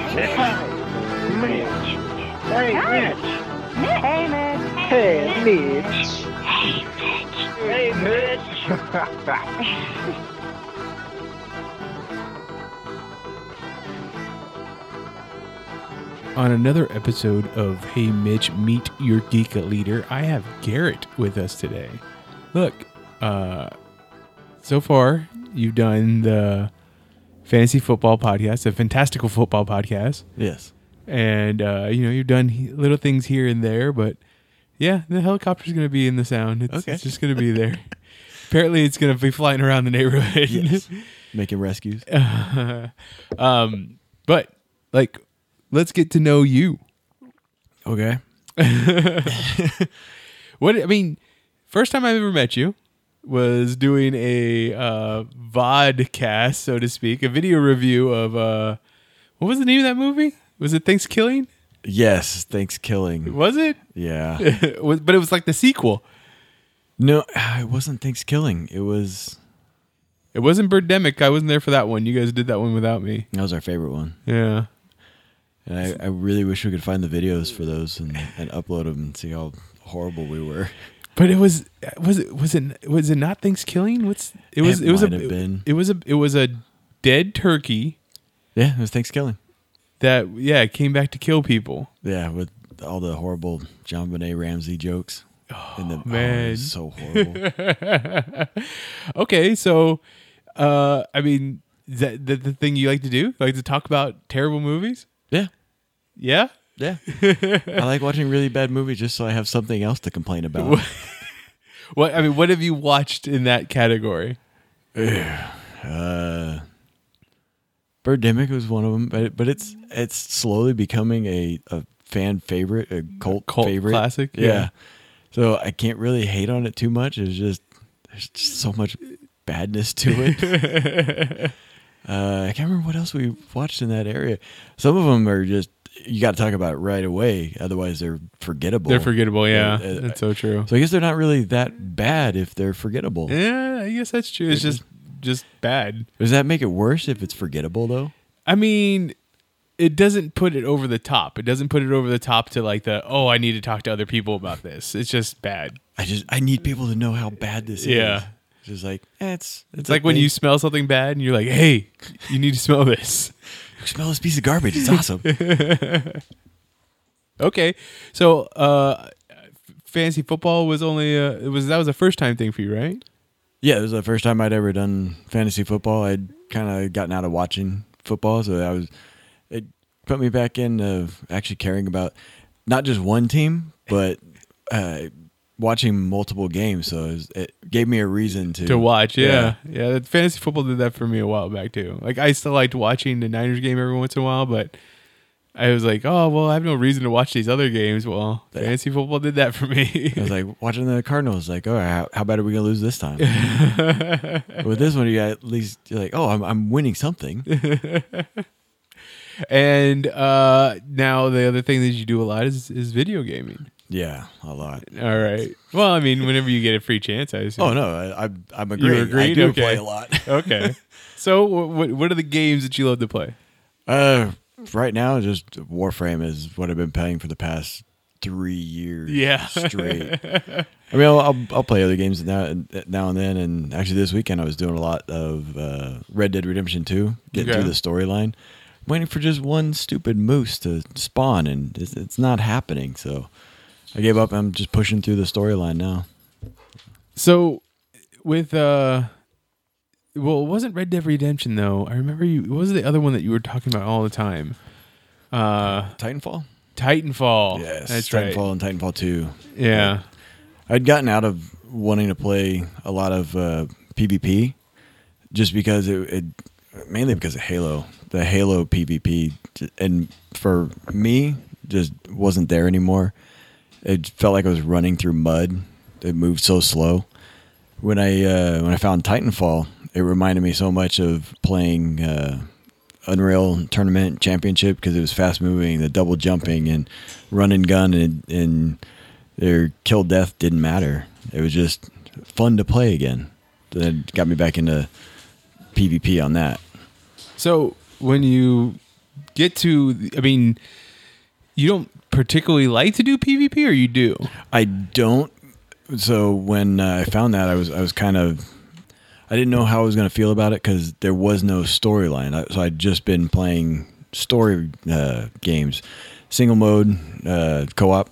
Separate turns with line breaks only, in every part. Hey, Mitch.
Hey, Mitch.
Hey, Mitch. Hey, Mitch. Hey,
Hey,
Mitch. Hey, Mitch.
Mitch.
Hey, Mitch. Hey, Mitch.
On another episode of Hey Mitch, Meet Your Geek Leader, I have Garrett with us today. Look, uh, so far you've done the fantasy football podcast, the fantastical football podcast,
Yes.
and uh, you know you've done he- little things here and there, but yeah, the helicopter's going to be in the sound. It's,
Okay.
it's just going to be there. Apparently, it's going to be flying around the neighborhood.
Yes. Making rescues.
um, but like, let's get to know you.
Okay.
What I mean, first time I ever met you was doing a uh, vodcast, so to speak, a video review of uh, what was the name of that movie? Was it Thanksgiving?
Yes. Thanks killing.
Was it?
Yeah.
Was- but it was like the sequel.
No, it wasn't thanks killing. It was
It wasn't Birdemic. I wasn't there for that one. You guys did that one without me.
that was our favorite one.
Yeah.
And I, I really wish we could find the videos for those and, and upload them and see how horrible we were.
But it was was it was it was it not Thanksgiving? What's it was
It
was
might
a
have been.
it was a it was a dead turkey
Yeah, it was thanks killing.
that yeah came back to kill people.
Yeah, with all the horrible John Benet Ramsey jokes. and the, Oh, it
man.
was so horrible.
okay, so uh I mean is that the, the thing you like to do? Like to talk about terrible movies?
yeah.
Yeah?
Yeah. I like watching really bad movies just so I have something else to complain about.
What I mean, what have you watched in that category?
Birdemic was one of them, but but it's it's slowly becoming a, a fan favorite, a cult,
Cult
favorite
classic,
Yeah.
yeah.
so I can't really hate on it too much. It's just there's just so much badness to it. uh, I can't remember what else we watched in that area. Some of them are just you got to talk about it right away, otherwise they're forgettable.
They're forgettable, yeah.
Uh, uh,
that's so true.
So I guess they're not really that bad if they're forgettable.
yeah, I guess that's true. It's just just bad.
Does that make it worse if it's forgettable though?
I mean, it doesn't put it over the top. It doesn't put it over the top to like the oh, I need to talk to other people about this. It's just bad.
I just I need people to know how bad this is.
Yeah.
Just like eh, it's
It's like when you smell something bad and you're like, "Hey, you need to smell this."
smell this piece of garbage. It's awesome.
Okay, so uh, f- fantasy football was only uh, it was that was a first time thing for you, right?
yeah, it was the first time I'd ever done fantasy football. I'd kind of gotten out of watching football, so I was it put me back into actually caring about not just one team, but uh, watching multiple games. So it, was, it gave me a reason to
To watch, yeah, yeah. that- fantasy football did that for me a while back too. Like I still liked watching the Niners game every once in a while, but I was like, oh well, I have no reason to watch these other games. Well, fantasy football did that for me.
I was like watching the Cardinals. Like, all right, how, how bad are we gonna lose this time? With this one, you got at least you're like, oh, I'm, I'm winning something.
and uh, now the other thing that you do a lot is is video gaming.
Yeah, a lot.
All right. Well, I mean, whenever you get a free chance, I assume.
Oh no, I, I'm I'm agreeing. I
agreed?
do
Okay.
play a lot.
okay. So, what what are the games that you love to play?
Uh, right now, just Warframe is what I've been playing for the past three years.
Yeah.
straight. I mean, I'll, I'll I'll play other games now and now and then, and actually this weekend I was doing a lot of uh, Red Dead Redemption Two, getting
Okay.
through the storyline. Waiting for just one stupid moose to spawn, and it's, it's not happening. So I gave up. I'm just pushing through the storyline now.
So, with uh, well, it wasn't Red Dead Redemption though. I remember you. What was the other one that you were talking about all the time? Uh,
Titanfall.
Titanfall.
Yes,
that's
Titanfall
right.
and Titanfall Two.
Yeah.
I'd gotten out of wanting to play a lot of uh, PvP just because it, it mainly because of Halo, the Halo PvP, j- and for me, just wasn't there anymore. It felt like I was running through mud. It moved so slow. When I uh, when I found Titanfall, it reminded me so much of playing uh, Unreal Tournament Championship because it was fast moving, the double jumping, and run and gun, and, and their kill death didn't matter. It was just fun to play again. That got me back into PvP on that.
So when you get to, I mean, you don't particularly like to do PvP, or you do?
I don't. So when uh, I found that, I was I was kind of I didn't know how I was going to feel about it because there was no storyline. I- So I'd just been playing story uh, games, single mode, uh, co-op,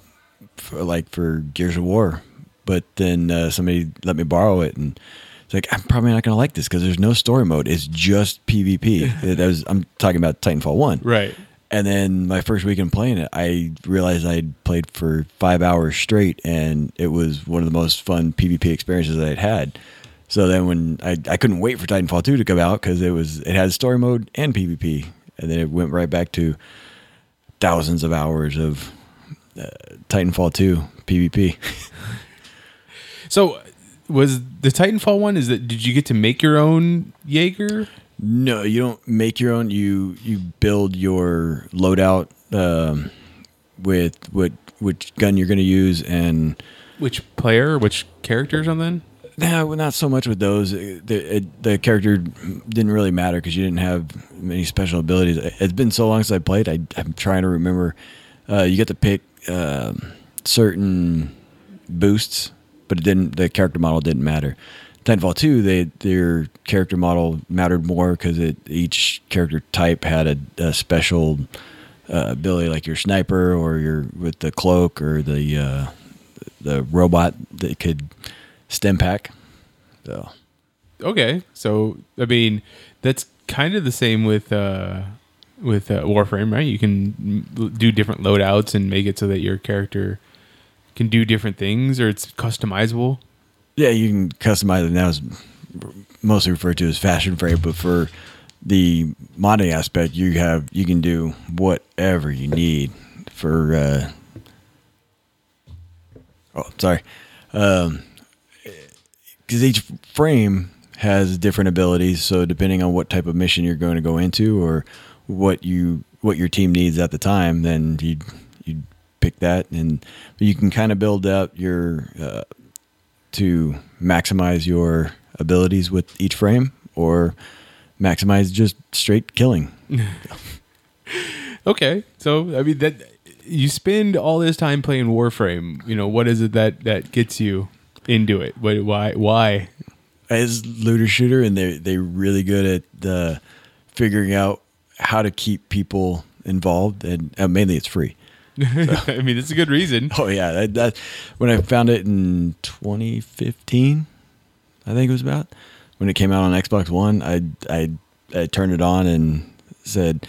for, like for Gears of War. But then uh, somebody let me borrow it, and it's like I'm probably not going to like this because there's no story mode. It's just PvP. That was, I'm talking about Titanfall One,
Right.
and then my first weekend playing it, I realized I'd played for five hours straight, and it was one of the most fun PvP experiences that I'd had. So then when I, I couldn't wait for Titanfall 2 to come out because it was it had story mode and PvP, and then it went right back to thousands of hours of uh, Titanfall 2 PvP.
So was the Titanfall one? Is that did you get to make your own Jaeger?
No, you don't make your own. You you build your loadout um, with what which gun you're going to use and.
Which player? Which character? Or something?
No, well, not so much with those. Uh, The, it, the character didn't really matter because you didn't have many special abilities. It's been so long since I played. I, I'm trying to remember. Uh, you get to pick um, certain boosts, but it didn't. The character model didn't matter. Titanfall two, they their character model mattered more because it each character type had a, a special uh, ability, like your sniper or your with the cloak or the uh, the robot that could stem pack. So
Okay. So I mean, that's kind of the same with uh with uh, Warframe, right? You can m- do different loadouts and make it so that your character can do different things, or it's customizable.
yeah, you can customize it. Now it's mostly referred to as fashion frame, but for the modding aspect, you have you can do whatever you need for. Uh, oh, sorry. Um, because each frame has different abilities. So depending on what type of mission you're going to go into or what you what your team needs at the time, then you you pick that, and you can kind of build up your uh, to maximize your abilities with each frame or maximize just straight killing.
Okay. So I mean that you spend all this time playing Warframe. You know what is it that that gets you into it? Why? Why? why?
as looter shooter and they they're really good at the figuring out how to keep people involved and uh, mainly it's free
I mean, it's a good reason.
oh yeah that, that when i found it in 2015 i think it was about when it came out on xbox one i i, I turned it on and said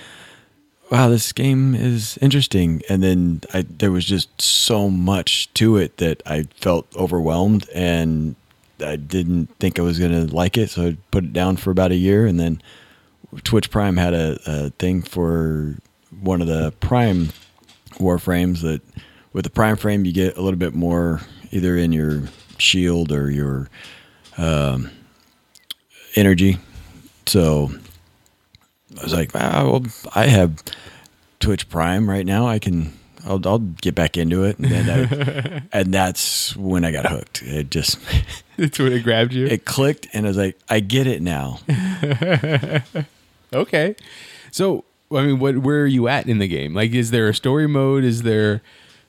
wow this game is interesting and then I, there was just so much to it that i felt overwhelmed and i didn't think i was going to like it so i put it down for about a year and then twitch prime had a, a thing for one of the prime warframes that with the prime frame you get a little bit more either in your shield or your um, energy so i was like ah, well, i have twitch prime right now i can i'll, I'll get back into it and, then I, and that's when i got hooked it just
It's what it grabbed you.
it clicked and i was like i get it now
Okay. So, I mean, what where are you at in the game? Like is there a story mode? Is there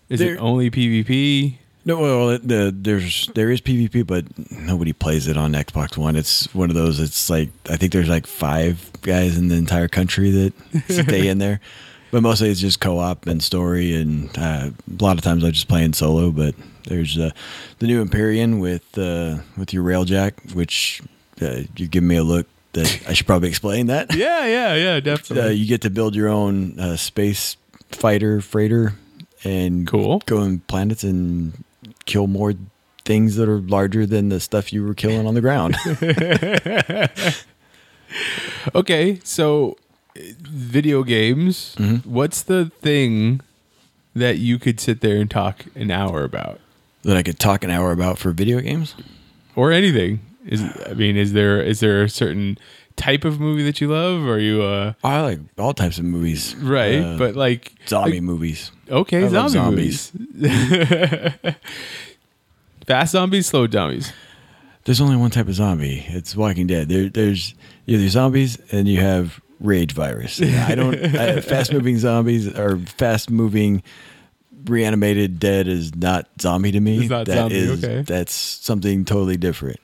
is it
There-
only PvP?
No, well, it- the, there's there is PvP, but nobody plays it on Xbox One. It's one of those. It's like I think there's like five guys in the entire country that stay in there, but mostly it's just co-op and story. And uh, a lot of times I'm just playing solo. But there's uh, the new Empyrean with uh, with your Railjack, which uh, you give me a look that I should probably explain that.
Yeah, yeah, yeah,
Uh,
definitely.
you get to build your own uh, space fighter freighter and
Cool.
go on planets and kill more things that are larger than the stuff you were killing on the ground.
Okay, so uh, video games.
Mm-hmm.
What's the thing that you could sit there and talk an hour about,
that I could talk an hour about for video games.
or anything? Is I mean, is there is there a certain type of movie that you love? Are you uh
I like all types of movies.
right?
Uh,
but like
zombie
like,
movies.
okay,
I
zombie
love
movies. Fast zombies, slow zombies.
There's only one type of zombie. It's Walking Dead. There, there's either zombies and you have rage virus. And I don't. I, fast moving zombies or fast moving reanimated dead is not zombie to me.
It's not zombie, okay.
That's something totally different.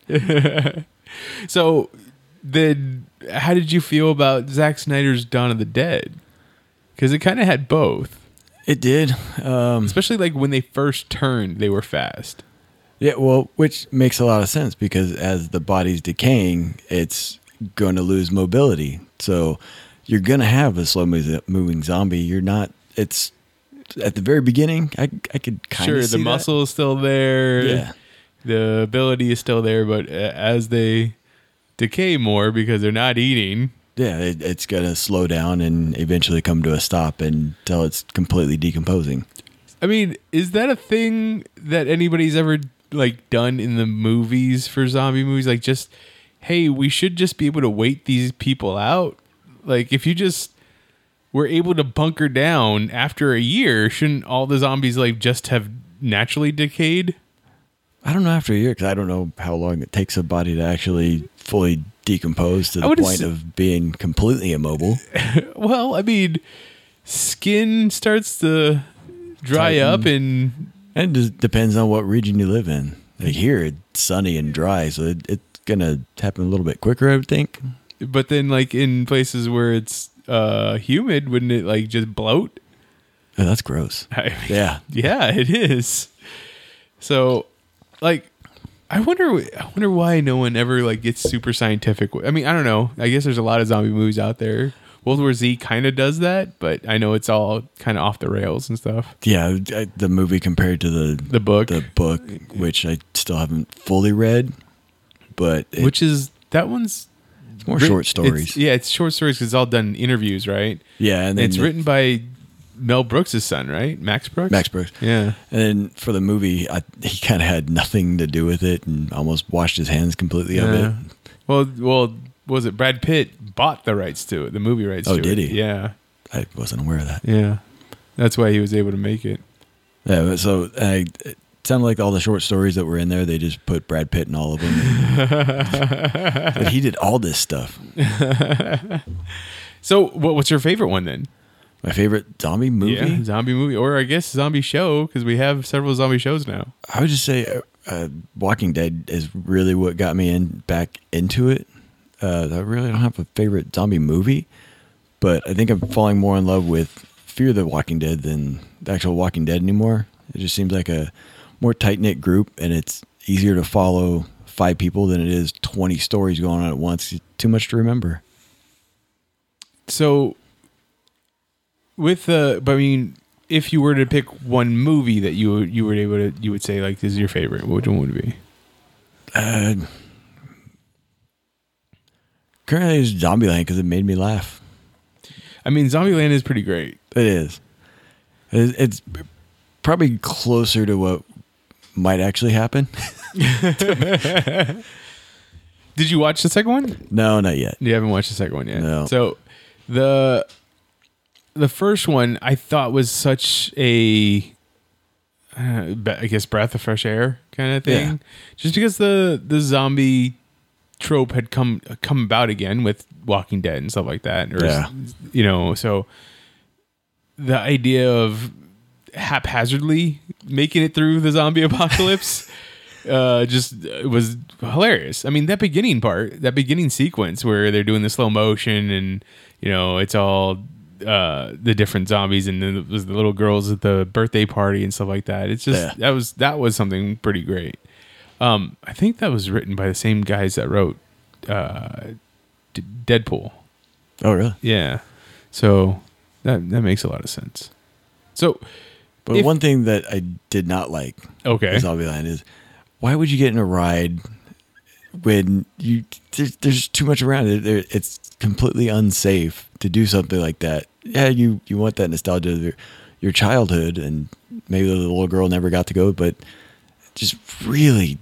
So then, how did you feel about Zack Snyder's Dawn of the Dead? Because it kind of had both.
It did. Um,
especially like when they first turned they were fast
yeah. Well, which makes a lot of sense because as the body's decaying, it's going to lose mobility. So you're going to have a slow mo- moving zombie. You're not. It's at the very beginning. I I could kind of
sure the muscle is still there
Yeah.
the ability is still there but uh, as they decay more because they're not eating
Yeah, it, it's going to slow down and eventually come to a stop until it's completely decomposing.
i mean is that a thing that anybody's ever like done in the movies for zombie movies like just hey we should just be able to wait these people out like if you just were able to bunker down after a year shouldn't all the zombies like just have naturally decayed
I don't know after a year because I don't know how long it takes a body to actually fully decompose to the
would
point
assu-
of being completely immobile.
Well, I mean, skin starts to dry
Tighten.
up, and
And it just depends on what region you live in. Like here, it's sunny and dry, so it, it's going to happen a little bit quicker, I would think.
but then like in places where it's uh humid, wouldn't it like just bloat?
Oh, that's gross.
I mean,
Yeah.
yeah, it is. So, like, I wonder, I wonder why no one ever like gets super scientific. with- I mean, I don't know. I guess there's a lot of zombie movies out there. World War Z kind of does that, but I know it's all kind of off the rails and stuff.
Yeah, I- the movie compared to the
The book,
the book, which I still haven't fully read, but it-
which is that one's
it's more
writ-
short
it's-
stories.
yeah, it's short stories because it's all done in interviews, right?
Yeah, and
And
then
it's
the-
written by Mel Brooks' son, right? Max Brooks.
Max Brooks.
Yeah.
And then for the movie, I, he kind of had nothing to do with it and almost washed his hands completely of
Yeah.
it.
Uh, Well, well, was it Brad Pitt bought the rights to it, the movie rights?
Oh,
to
did
it.
he?
Yeah,
I wasn't aware of that.
yeah. That's why he was able to make it.
Yeah, but so I, it sounded like all the short stories that were in there, they just put Brad Pitt in all of them. but he did all this stuff.
So, what, what's your favorite one then?
My favorite zombie movie?
Yeah, zombie movie, or I guess zombie show, because we have several zombie shows now.
I would just say uh, uh, Walking Dead is really what got me in back into it. Uh, I really don't have a favorite zombie movie, but I think I'm falling more in love with Fear the Walking Dead than the actual Walking Dead anymore. It just seems like a more tight knit group, and it's easier to follow five people than it is 20 stories going on at once. It's too much to remember.
So, with uh, but I mean, if you were to pick one movie that you you were able to, you would say like this is your favorite. Which one would it be?
Uh, currently, it's Zombieland because it made me laugh.
I mean, Zombieland is pretty great.
It is. It- It's probably closer to what might actually happen.
Did you watch the second one?
No, not yet.
You haven't watched the second one yet.
No.
So the the first one I thought was such a uh, be- I guess breath of fresh air kind of thing.
Yeah.
Just because the the zombie trope had come come about again with Walking Dead and stuff like that or
Yeah.
you know, so the idea of haphazardly making it through the zombie apocalypse uh, just uh, was hilarious. I mean, that beginning part, that beginning sequence where they're doing the slow motion and you know it's all uh, the different zombies and then it was the little girls at the birthday party and stuff like that. It's just
Yeah.
that was that was something pretty great. Um, I think that was written by the same guys that wrote uh, D- Deadpool.
Oh, really?
Yeah. So that that makes a lot of sense. So
But
If-
one thing that I did not like
okay.
with Zombieland is why would you get in a ride when you there's, there's too much around it, there- it's completely unsafe to do something like that yeah you you want that nostalgia of your, your childhood and maybe the little girl never got to go but just really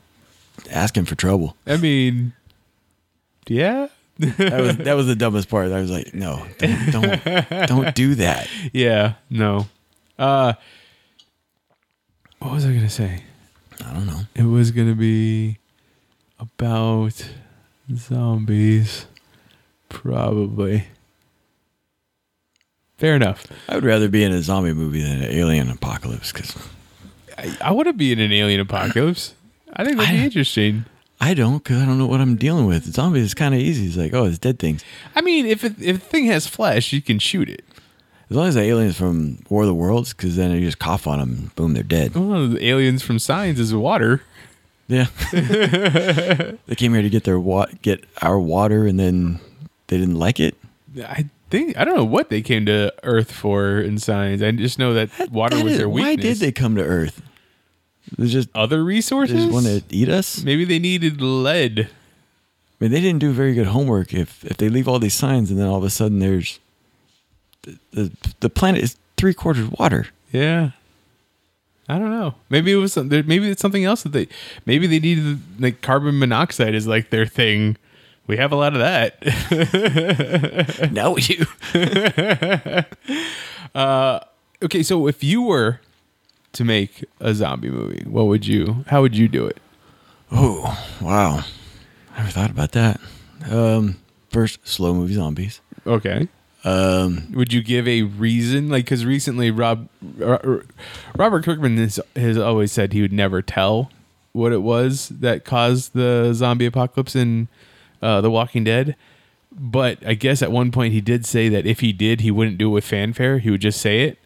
asking for trouble
I mean, yeah,
that was that was the dumbest part i was like no don't don't, don't do that
yeah, no. Uh, what was I gonna say?
i don't know
It was gonna be about zombies, probably. Fair enough.
i would rather be in a zombie movie than an alien apocalypse because
I, I want to be in an alien apocalypse. I think that'd be
I-
interesting.
i don't because i don't know what i'm dealing with zombies is kind of easy it's like oh it's dead things
I mean, if it, if the thing has flesh, you can shoot it.
As long as the alien's from War of the Worlds, because then you just cough on them, boom, they're dead.
Well, the aliens from science is water.
Yeah, they came here to get their wa- get our water, and then they didn't like it.
I think I don't know what they came to Earth for in science. I just know that, water
That
was
is-
their weakness.
Why did they come to Earth? They just
Other
they
resources?
just want to eat us. I
Maybe they needed lead.
mean, they didn't do very good homework. If if they leave all these signs, and then all of a sudden there's the the, the planet is three quarters water.
Yeah. I don't know. Maybe it was some- there- maybe it's something else that they maybe they needed like carbon monoxide is like their thing. We have a lot of that.
now you.
Uh, okay, so if you were to make a zombie movie, what would you? How would you do it?
Oh wow, I never thought about that. Um, first slow movie zombies.
Okay.
Um.
Would you give a reason? Like, because recently Rob Ro- Robert Kirkman has, has always said he would never tell what it was that caused the zombie apocalypse in uh, The Walking Dead. But I guess at one point he did say that if he did, he wouldn't do it with fanfare. He would just say it.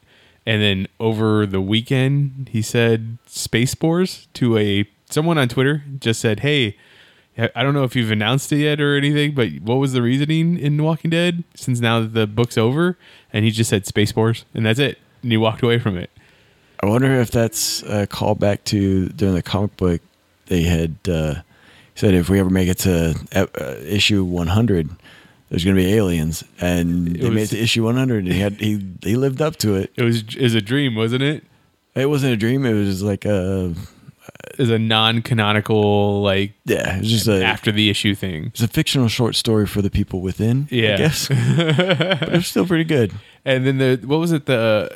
And then over the weekend, he said space spores to a someone on Twitter. Just said, "Hey, I I don't know if you've announced it yet or anything, but what was the reasoning in Walking Dead since now that the book's over? And he just said space spores, and that's it. And he walked away from it.
I wonder if that's a callback to during the comic book they had uh, said if we ever make it to uh, issue 100, there's going to be aliens, and they
was-
made it to issue 100, and he had he he lived up to it.
It was is a dream, wasn't it?
It wasn't a dream; it was like a
Is a non-canonical like
yeah, it was just a
after the issue thing,
it's a fictional short story for the people within.
Yeah.
I guess, but it's still pretty good.
and then the what was it the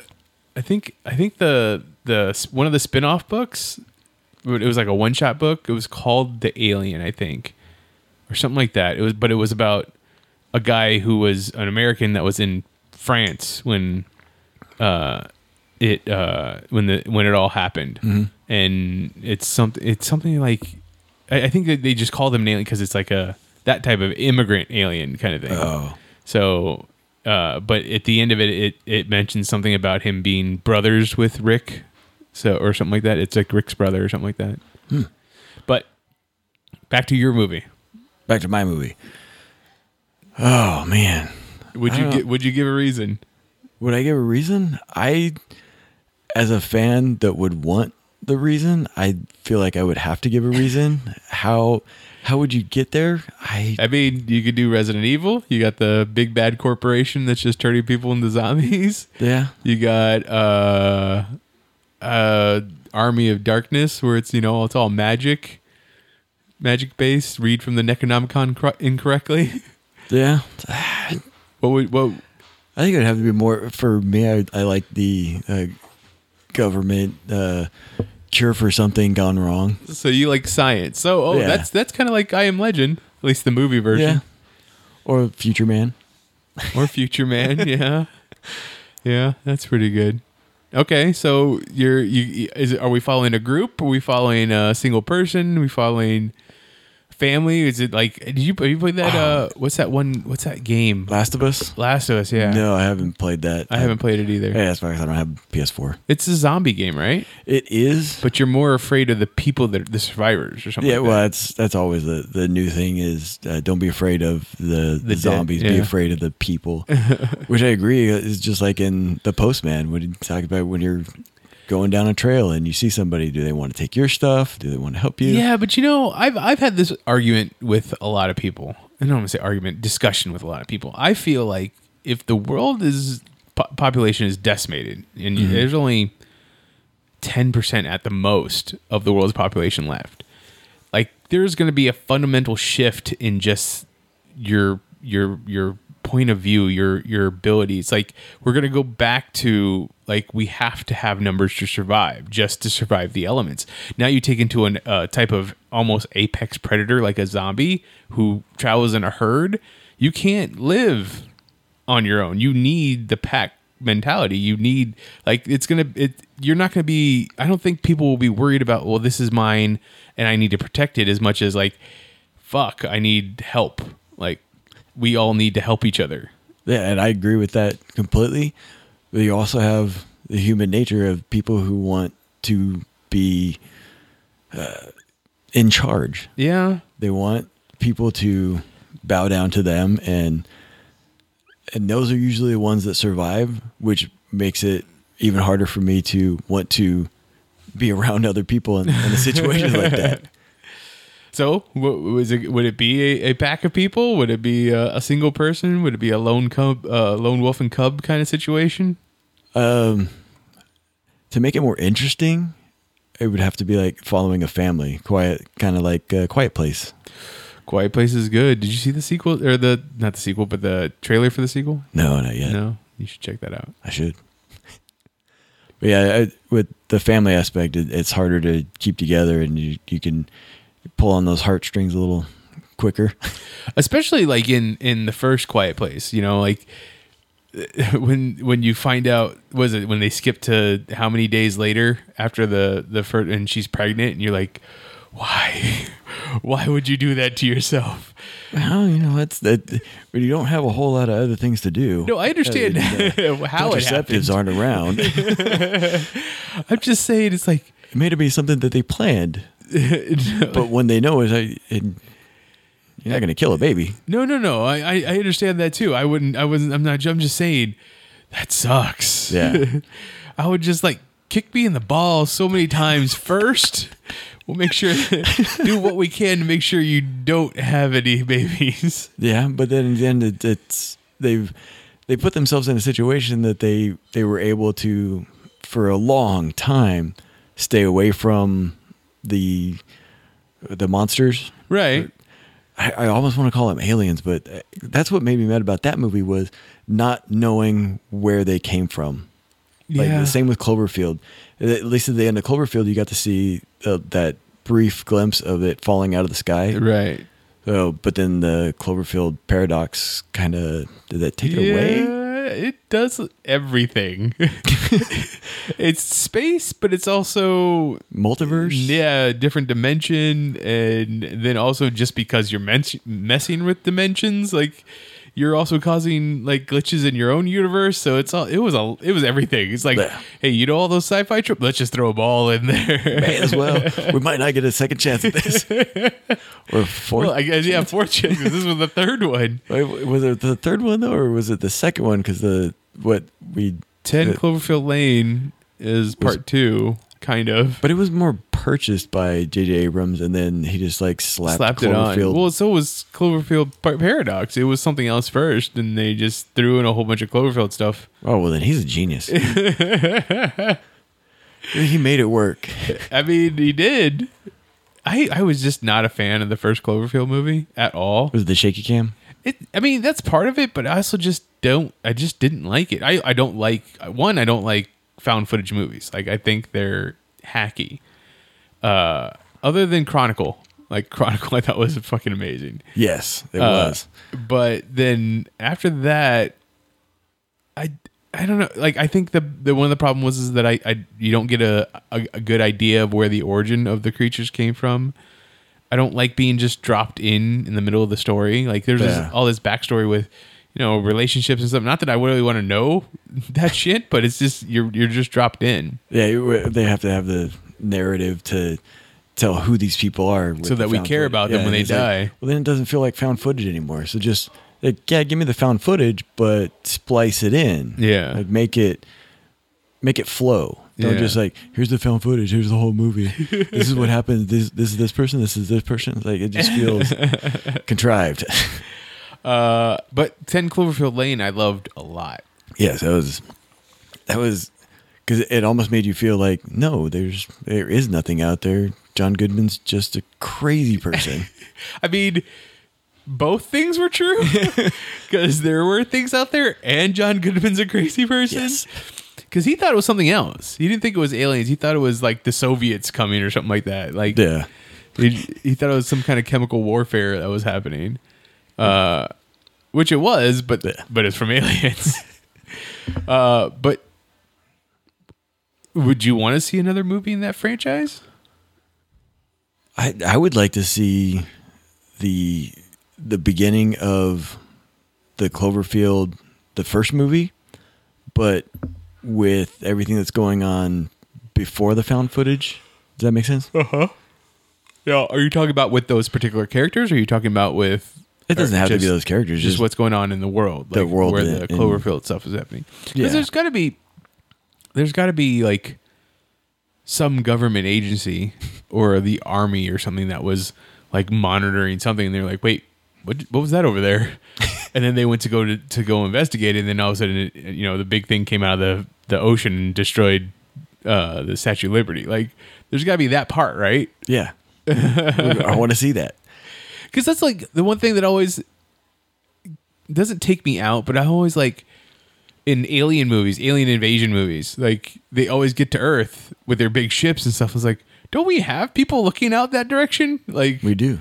I think I think the the one of the spin-off books it was like a one-shot book. It was called The Alien, I think, or something like that. It was but it was about a guy who was an American that was in France when it uh when the when it all happened and it's something it's something like I, I think that they just call them an alien because it's like a that type of immigrant alien kind of thing
Oh.
so uh but at the end of it it it mentions something about him being brothers with rick so or something like that it's like rick's brother or something like that
Hmm.
but back to your movie
Back to my movie. Oh man,
would
I
you
don't-
gi- would you give a reason
Would I give a reason? I, as a fan that would want the reason, I feel like I would have to give a reason. how how would you get there? I
I mean, you could do Resident Evil. You got the big bad corporation that's just turning people into zombies.
yeah.
You got uh, uh, Army of Darkness, where it's you know it's all magic, magic based. Read from the Necronomicon cor- incorrectly.
Yeah.
what would what?
I think it would have to be more for me. I, I like the uh, government uh, cure for something gone wrong.
So you like science? So oh,
Yeah.
that's that's kind of like I Am Legend, at least the movie
Yeah.
version,
Or Future Man.
or Future Man. yeah, yeah, that's pretty good. Okay, so you're you is it, are we following a group? Are we following a single person? Are we following family? Is it like did you have you played that
Um,
uh what's that one what's that game?
Last of Us.
Last of Us, yeah.
No, I haven't played that.
I haven't played it either.
Yeah, that's why I don't have PS4.
It's a zombie game, right?
It is,
But you're more afraid of the people that the survivors or something.
Yeah,
like
well,
that.
that's that's always the the new thing is uh, don't be afraid of the, the,
dead,
zombies, be
yeah.
afraid of the uh, people, which I agree is just like in the Postman when you talk about when you're going down a trail and you see somebody, do they want to take your stuff? Do they want to help you?
Yeah, but you know, I've I've had this argument with a lot of people. I don't want to say argument, discussion with a lot of people. I feel like if the world is po- population is decimated and there's only 10% at the most of the world's population left. Like there's going to be a fundamental shift in just your your your point of view, your your abilities. Like we're going to go back to like we have to have numbers to survive, just to survive the elements. Now you take into a uh, type of almost apex predator like a zombie who travels in a herd. You can't live on your own. You need the pack mentality. You need like it's gonna it. You're not gonna be. I don't think people will be worried about. Well, this is mine, and I need to protect it as much as like, fuck, I need help. Like we all need to help each other.
Yeah, and I agree with that completely. But you also have the human nature of people who want to be uh, in charge.
Yeah,
They want people to bow down to them, and and those are usually the ones that survive, which makes it even harder for me to want to be around other people in, in a situation like that.
So, what was it? Would it be a, a pack of people? Would it be a, a single person? Would it be a lone cub, uh, lone wolf and cub kind of situation?
Um, to make it more interesting, it would have to be like following a family, quiet, kind of like a quiet place.
Quiet Place is good. Did you see the sequel or the not the sequel, but the trailer for the sequel?
No, not yet.
No, you should check that out.
I should. But yeah, I, with the family aspect, it, it's harder to keep together, and you you can pull on those heartstrings a little quicker.
especially like in in the first quiet place you know like when when you find out was it when they skip to how many days later after the the first and she's pregnant and you're like why why would you do that to yourself
well, you know, that's that. When you don't have a whole lot of other things to do,
no i understand how it happened
contraceptives aren't around. it
i'm just saying it's like
may have been something that they planned, but when they know is, I it, you're not going to kill a baby.
no no no I, I i understand that too i wouldn't i wasn't i'm not i'm just saying that sucks
Yeah.
I would just like kick me in the ball so many times first. We'll make sure do what we can to make sure you don't have any babies.
Yeah, but then in the end, it, it's they've they put themselves in a situation that they they were able to for a long time stay away from the the monsters.
Right.
I, I almost want to call them aliens, but uh, that's what made me mad about that movie was not knowing where they came from. Like
Yeah.
the same with Cloverfield. At least at the end of Cloverfield, you got to see uh, that brief glimpse of it falling out of the sky.
Right.
So, but then the Cloverfield paradox kind of did that take it
yeah,
away?
it does everything. it's space, but it's also
Multiverse?
yeah, different dimension and then also just because you're men- messing with dimensions like you're also causing like glitches in your own universe, so it's all it was all it was everything. It's like,
Yeah.
hey, you know all those sci-fi trips? Let's just throw a ball in there.
May as well. We might not get a second chance at this. or fourth.
well, I guess yeah, four chances. This was the third one.
Wait, was it the third one though, or was it the second one? Because the what we
Ten
the-
Cloverfield Lane is part two, kind of.
but it was more purchased by J.J. Abrams, and then he just like slapped,
slapped it on.
Cloverfield.
Well, so was Cloverfield Par- Paradox. It was something else first, and they just threw in a whole bunch of Cloverfield stuff.
oh well, then he's a genius. he made it work.
I mean, he did. I I was just not a fan of the first Cloverfield movie at all.
Was it the shaky cam?
It, I mean, that's part of it, but I also just don't. I just didn't like it. I I don't like one. I don't like found footage movies. Like I think they're hacky. Uh, other than Chronicle, like Chronicle, I thought was fucking amazing.
Yes, it
Uh,
was.
But then after that, I I don't know. Like I think the the one of the problem was is that I, I you don't get a, a a good idea of where the origin of the creatures came from. I don't like being just dropped in in the middle of the story. Like there's
Yeah.
this, all this backstory with you know relationships and stuff. Not that I really want to know that shit, but it's just you're you're just dropped in
Yeah, you- uh, they have to have the narrative to tell who these people are, with
So that
the
we
found
care
footage.
about them when
and
they
it's like,
die.
well, then it doesn't feel like found footage anymore. So just like, yeah, give me the found footage, but splice it in.
Yeah.
like make it make it flow. Don't
Yeah.
just like here's the film footage, here's the whole movie. this is what happened. This this is this person. This is this person. Like it just feels contrived.
Uh, but Ten Cloverfield Lane, I loved a lot.
yes, that was that was because it almost made you feel like no, there's there is nothing out there. John Goodman's just a crazy person.
I mean, both things were true because there were things out there, and John Goodman's a crazy person.
Yes.
Because he thought it was something else. He didn't think it was aliens. He thought it was like the Soviets coming or something like that. Like,
yeah,
he, he thought it was some kind of chemical warfare that was happening, uh, which it was, but but it's from aliens. uh, but would you want to see another movie in that franchise?
I I would like to see the the beginning of the Cloverfield, the first movie, but with everything that's going on before the found footage. Does that make sense?
Yeah. Are you talking about with those particular characters? Or are you talking about with?
It doesn't
or
have to
just-
be those characters.
Just
Just,
what's going on in the world,
The world
where
in-
the
in-
Cloverfield stuff is happening. Because
Yeah.
there's got to be, there's got to be like some government agency or the army or something that was like monitoring something. And they're like, wait, what, what was that over there? and then they went to go to, to go investigate, it, and then all of a sudden, it, you know, the big thing came out of the the ocean and destroyed uh, the Statue of Liberty. Like, there's got to be that part, right?
yeah. I want to see that.
because that's like the one thing that always doesn't take me out, but I always like in alien movies, alien invasion movies, like they always get to Earth with their big ships and stuff. I was like, don't we have people looking out that direction? Like,
We do.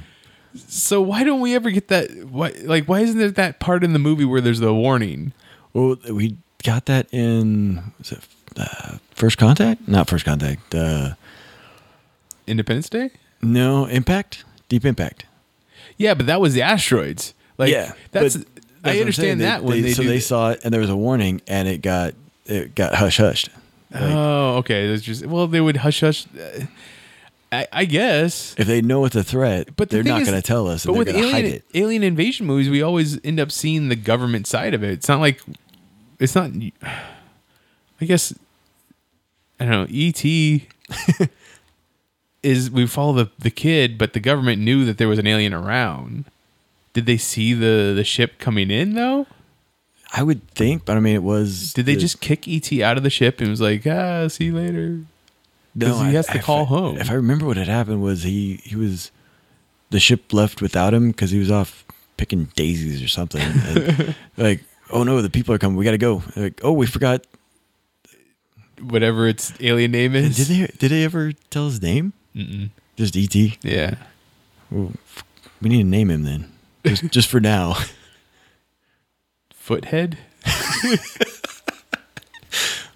so why don't we ever get that? Why, like, why isn't there that part in the movie where there's the warning?
Well, we got that in was it, uh, First Contact? Not First Contact. Uh,
Independence Day?
no, Impact? Deep Impact.
Yeah, but that was the asteroids. Like, that's.
but what
I
I'm saying.
understand
They-
that when they,
so
do
they
the-
saw it and there was a warning and it got it got hush hushed.
oh, okay. That's just well, they would hush hush. uh, I, I guess
If they know it's a threat,
But
but
the
they're
thing
not
is-
going to tell us.
But
and they're
with
going to
alien,
hide it.
alien invasion movies, we always end up seeing the government side of it. It's not like it's not. I guess I don't know. E.T. is we follow the the kid, but the government knew that there was an alien around. Did they see the the ship coming in though?
I would think, but I mean, it was.
Did they
the-
just kick ET out of the ship and was like, ah, see you later?
No,
'cause he has to call home.
If I remember what had happened was he he was the ship left without him because he was off picking daisies or something. And, like, oh no, the people are coming. We got to go. Like, oh, we forgot.
Whatever its alien name
Did
is.
they did they ever tell his name?
Mm-mm.
Just E.T.
Yeah.
We need to name him then, just just for now.
Foothead.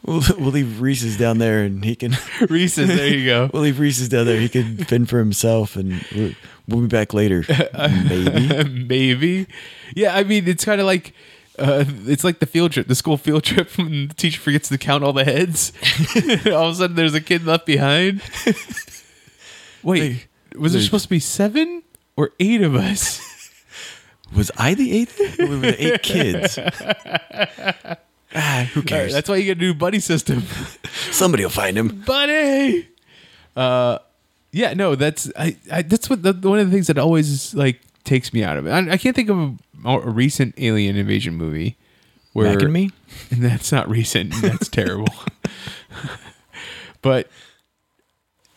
We'll, we'll leave Reese's down there, and he can.
Reese's. There you go.
We'll leave Reese's down there. He can fend for himself, and we'll, we'll be back later, maybe.
maybe yeah i mean it's kind of like uh, it's like the field trip the school field trip when the teacher forgets to count all the heads all of a sudden there's a kid left behind wait was there
wait.
supposed to be seven or eight of us
Was I the eighth? We were the eight kids. ah, who cares?
that's why you get a new buddy system
Somebody will find him.
buddy uh yeah no that's i, I that's what the, one of the things that always like takes me out of it i, I can't think of a, a recent alien invasion movie where
Back and me?
and that's not recent. And that's terrible. but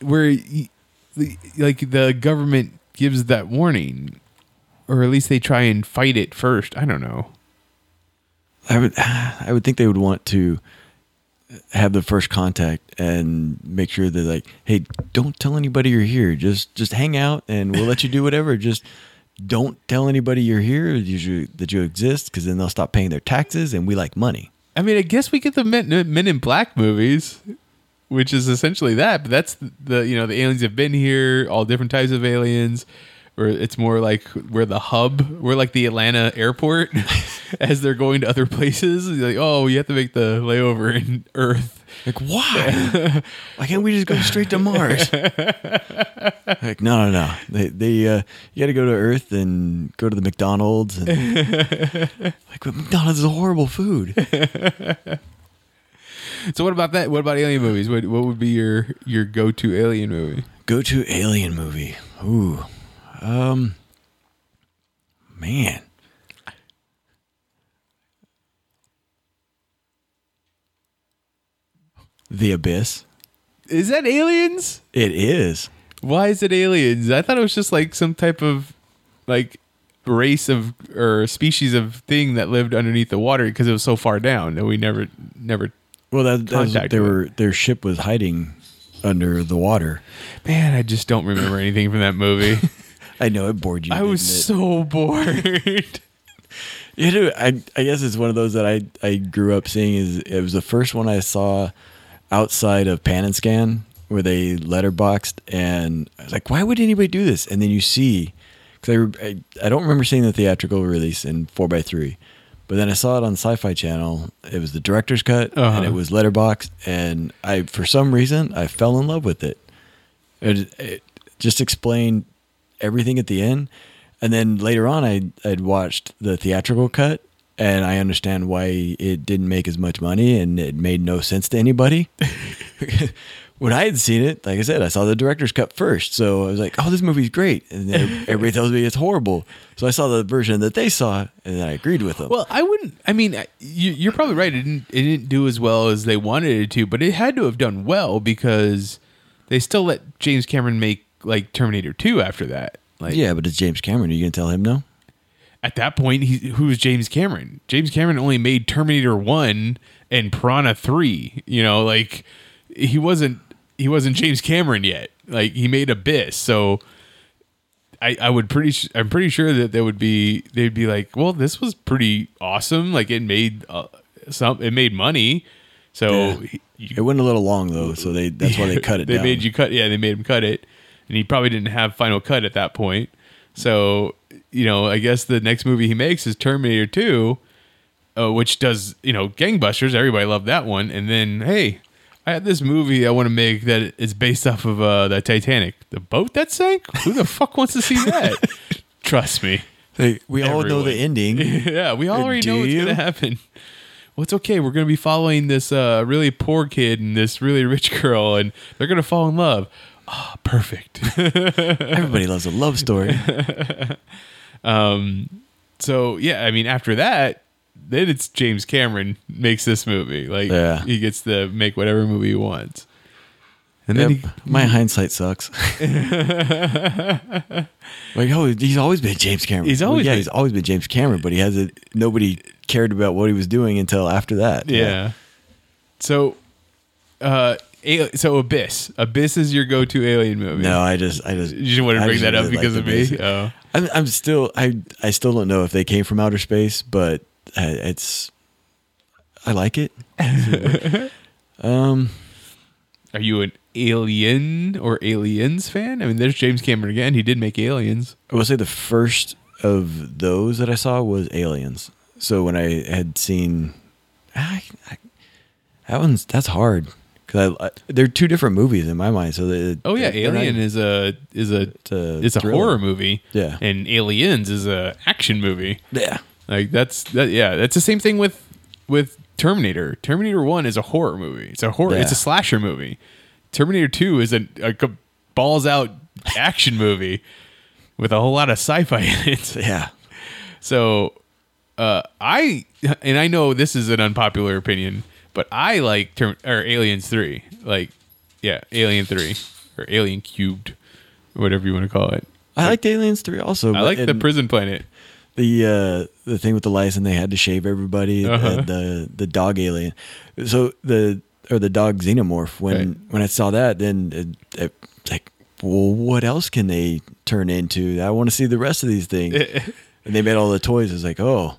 where, y- the- like, the government gives that warning, or at least they try and fight it first. I don't know.
I would. ah, I would think they would want to have the first contact and make sure that like, hey, don't tell anybody you're here. Just just hang out, and we'll let you do whatever. Just don't tell anybody you're here that you, that you exist, because then they'll stop paying their taxes, and we like money.
I mean, I guess we get the Men, Men in Black movies, which is essentially that. But that's the you know the aliens have been here, all different types of aliens. Or it's more like we're the hub. We're like the Atlanta airport as they're going to other places. Like, oh, you have to make the layover in Earth.
Like, why? why can't we just go straight to Mars? like, no, no, no. They, they, uh, you got to go to Earth and go to the McDonald's. And, like, but McDonald's is horrible food.
So what about that? What about alien movies? What what would be your your go to alien movie?
Go to alien movie. Ooh. Um man. The Abyss.
Is that aliens?
It is.
Why is it aliens? I thought it was just like some type of like race of or species of thing that lived underneath the water because it was so far down that we never never
Well, that, that was,
Contact
they
with.
were their ship was hiding under the water.
Man, I just don't remember anything from that movie.
I know it bored you.
I was
didn't it?
so bored.
You know, I I guess it's one of those that I I grew up seeing. Is it was the first one I saw outside of Pan and Scan where they letterboxed, and I was like, why would anybody do this? And then you see, because I, I I don't remember seeing the theatrical release in four x three, but then I saw it on Sci-Fi Channel. It was the director's cut,
Uh-huh.
and it was letterboxed, and I for some reason I fell in love with it. It, it just explained everything at the end. And then later on, I I'd watched the theatrical cut, and I understand why it didn't make as much money, and it made no sense to anybody. when I had seen it, like I said, I saw the director's cut first, so I was like, "Oh, this movie's great," and then everybody tells me it's horrible. So I saw the version that they saw, and then I agreed with them.
well, I wouldn't. I mean, I- you, you're probably right. It didn't. It didn't do as well as they wanted it to, but it had to have done well because they still let James Cameron make like Terminator Two after that. Like,
yeah, but it's James Cameron. Are you gonna tell him no?
at that point, he, who's James Cameron? James Cameron only made Terminator One and Piranha Three. You know, like he wasn't he wasn't James Cameron yet. Like he made Abyss, so I I would pretty su- I'm pretty sure that there would be they'd be like, well, this was pretty awesome. Like it made uh, some it made money, so he- you
It went a little long though, so they that's why they cut it.
they
down.
made you cut. Yeah, they made him cut it, and he probably didn't have final cut at that point. So you know, I guess the next movie he makes is Terminator Two, uh, which does you know gangbusters. Everybody loved that one. And then hey, I had this movie I want to make that is based off of uh, the Titanic, the boat that sank. Who the fuck wants to see that? Trust me.
They- we all know the ending.
yeah, we already know
Do
what's
you?
gonna happen. Well, it's okay. We're gonna be following this uh, really poor kid and this really rich girl, and they're gonna fall in love. Ah, perfect.
Everybody loves a love story.
so yeah, I mean, after that, then it's James Cameron makes this movie. Like
Yeah.
he gets to make whatever movie he wants. And
Yep.
then he,
my hindsight sucks. like, oh, he's always been James Cameron.
He's always
yeah,
been-
he's always been James Cameron, but he hasn't. Nobody cared about what he was doing until after that.
yeah. So, uh, al- so Abyss. Abyss is your go-to alien movie.
No, I just, I just,
You just want to
I
bring that up
really
because
like
of
the
me.
basic-
Oh.
I'm, I'm still, I, I still don't know if they came from outer space, but I, it's, I like it. um,
Are you an Alien or Aliens fan? I mean, there's James Cameron again. He did make Aliens.
I will say the first of those that I saw was Aliens. So when I had seen, I, I, that one's that's hard because I, I- they're two different movies in my mind. So they,
Oh yeah,
they're
Alien
not-
is a is a it's
a
a,
thriller.
horror movie.
Yeah.
and Aliens is a action movie.
yeah.
Like that's that. Yeah, that's the same thing with with Terminator. Terminator One is a horror movie. It's a horror. It's a
Yeah.
slasher movie. Terminator Two is a, a co- balls out action movie with a whole lot of sci-fi in it.
Yeah,
So uh, I and I know this is an unpopular opinion, but I like term, or Aliens Three, like yeah, Alien Three or Alien Cubed, or whatever you want to call it.
I liked Aliens three also.
I
but
like the
in
prison planet.
the uh, the thing with the license they had to shave everybody. the-
Uh-huh.
The the dog alien. So the or the dog xenomorph. When
Right.
when I saw that, then it, it, it's like, well, what else can they turn into? I want to see the rest of these things. and they made all the toys. It's like, oh,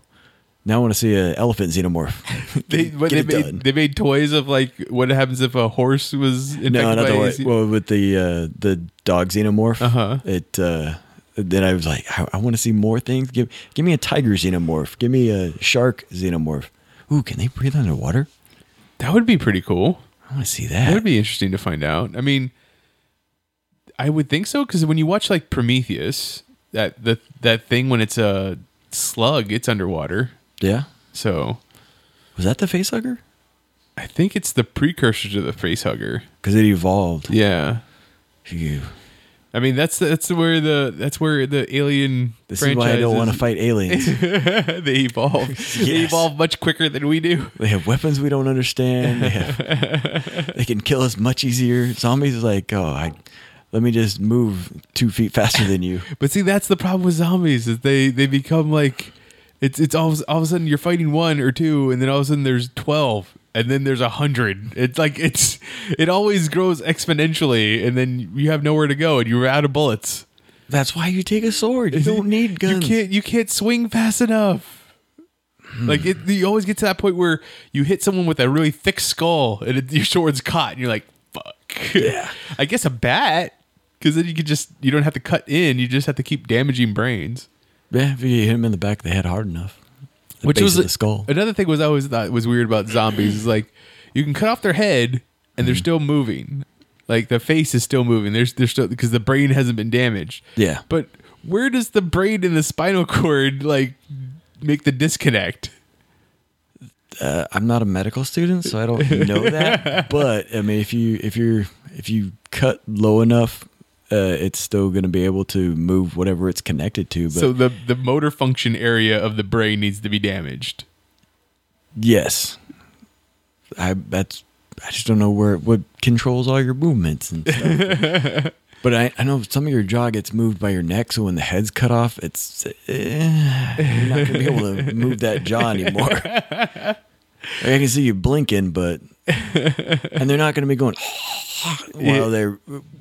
now I want to see an elephant xenomorph.
They,
Get
what they
it done.
made they made toys of like what happens if a horse was infected
no, not
by
the
a
way.
z-
Well, with the uh, the dog xenomorph,
Uh-huh.
it uh, then I was like, I, I want to see more things. Give give me a tiger xenomorph. Give me a shark xenomorph. Ooh, can they breathe underwater?
that would be pretty cool.
I want to see
That
that.
would be interesting to find out. I mean, I would think so because when you watch like Prometheus, that the that thing when it's a slug, it's underwater.
yeah.
So
Was that the facehugger?
I think it's the precursor to the face hugger.
because it evolved.
Yeah.
Phew.
I mean that's that's where the that's where the alien
This is why I don't want to fight aliens.
fight. they evolve. They
Yes.
evolve much quicker than we do.
They have weapons we don't understand. They, have, they can kill us much easier. Zombies is like, oh, I, let me just move two feet faster than you.
But see, that's the problem with zombies is they they become like it's it's all all of a sudden you're fighting one or two, and then all of a sudden there's twelve, and then there's a hundred. It's like it's it always grows exponentially, and then you have nowhere to go, and you're out of bullets.
That's why you take a sword. You don't need
You
guns.
can't you can't swing fast enough.
Hmm.
Like it, you always get to that point where you hit someone with a really thick skull, and it, your sword's caught, and you're like, "Fuck." Yeah. I guess a bat, because then you could just you don't have to cut in. You just have to keep damaging brains.
Yeah, if you hit him in the back of the head hard enough, the
which
base
was
of the skull.
Another thing was I always thought was weird about zombies is like you can cut off their head and
Mm.
they're still moving, like the face is still moving. There's they're still because the brain hasn't been damaged.
Yeah.
but where does the brain and the spinal cord like make the disconnect?
Uh, I'm not a medical student, so I don't know that. But I mean, if you if you're if you cut low enough, uh, it's still going to be able to move whatever it's connected to. But
so the the motor function area of the brain needs to be damaged.
Yes. I that's I just don't know where what controls all your movements and stuff. but I, I know some of your jaw gets moved by your neck, so when the head's cut off, it's eh, you're not gonna be able to move that jaw anymore. Like, I can see you blinking, but and they're not gonna be going while they're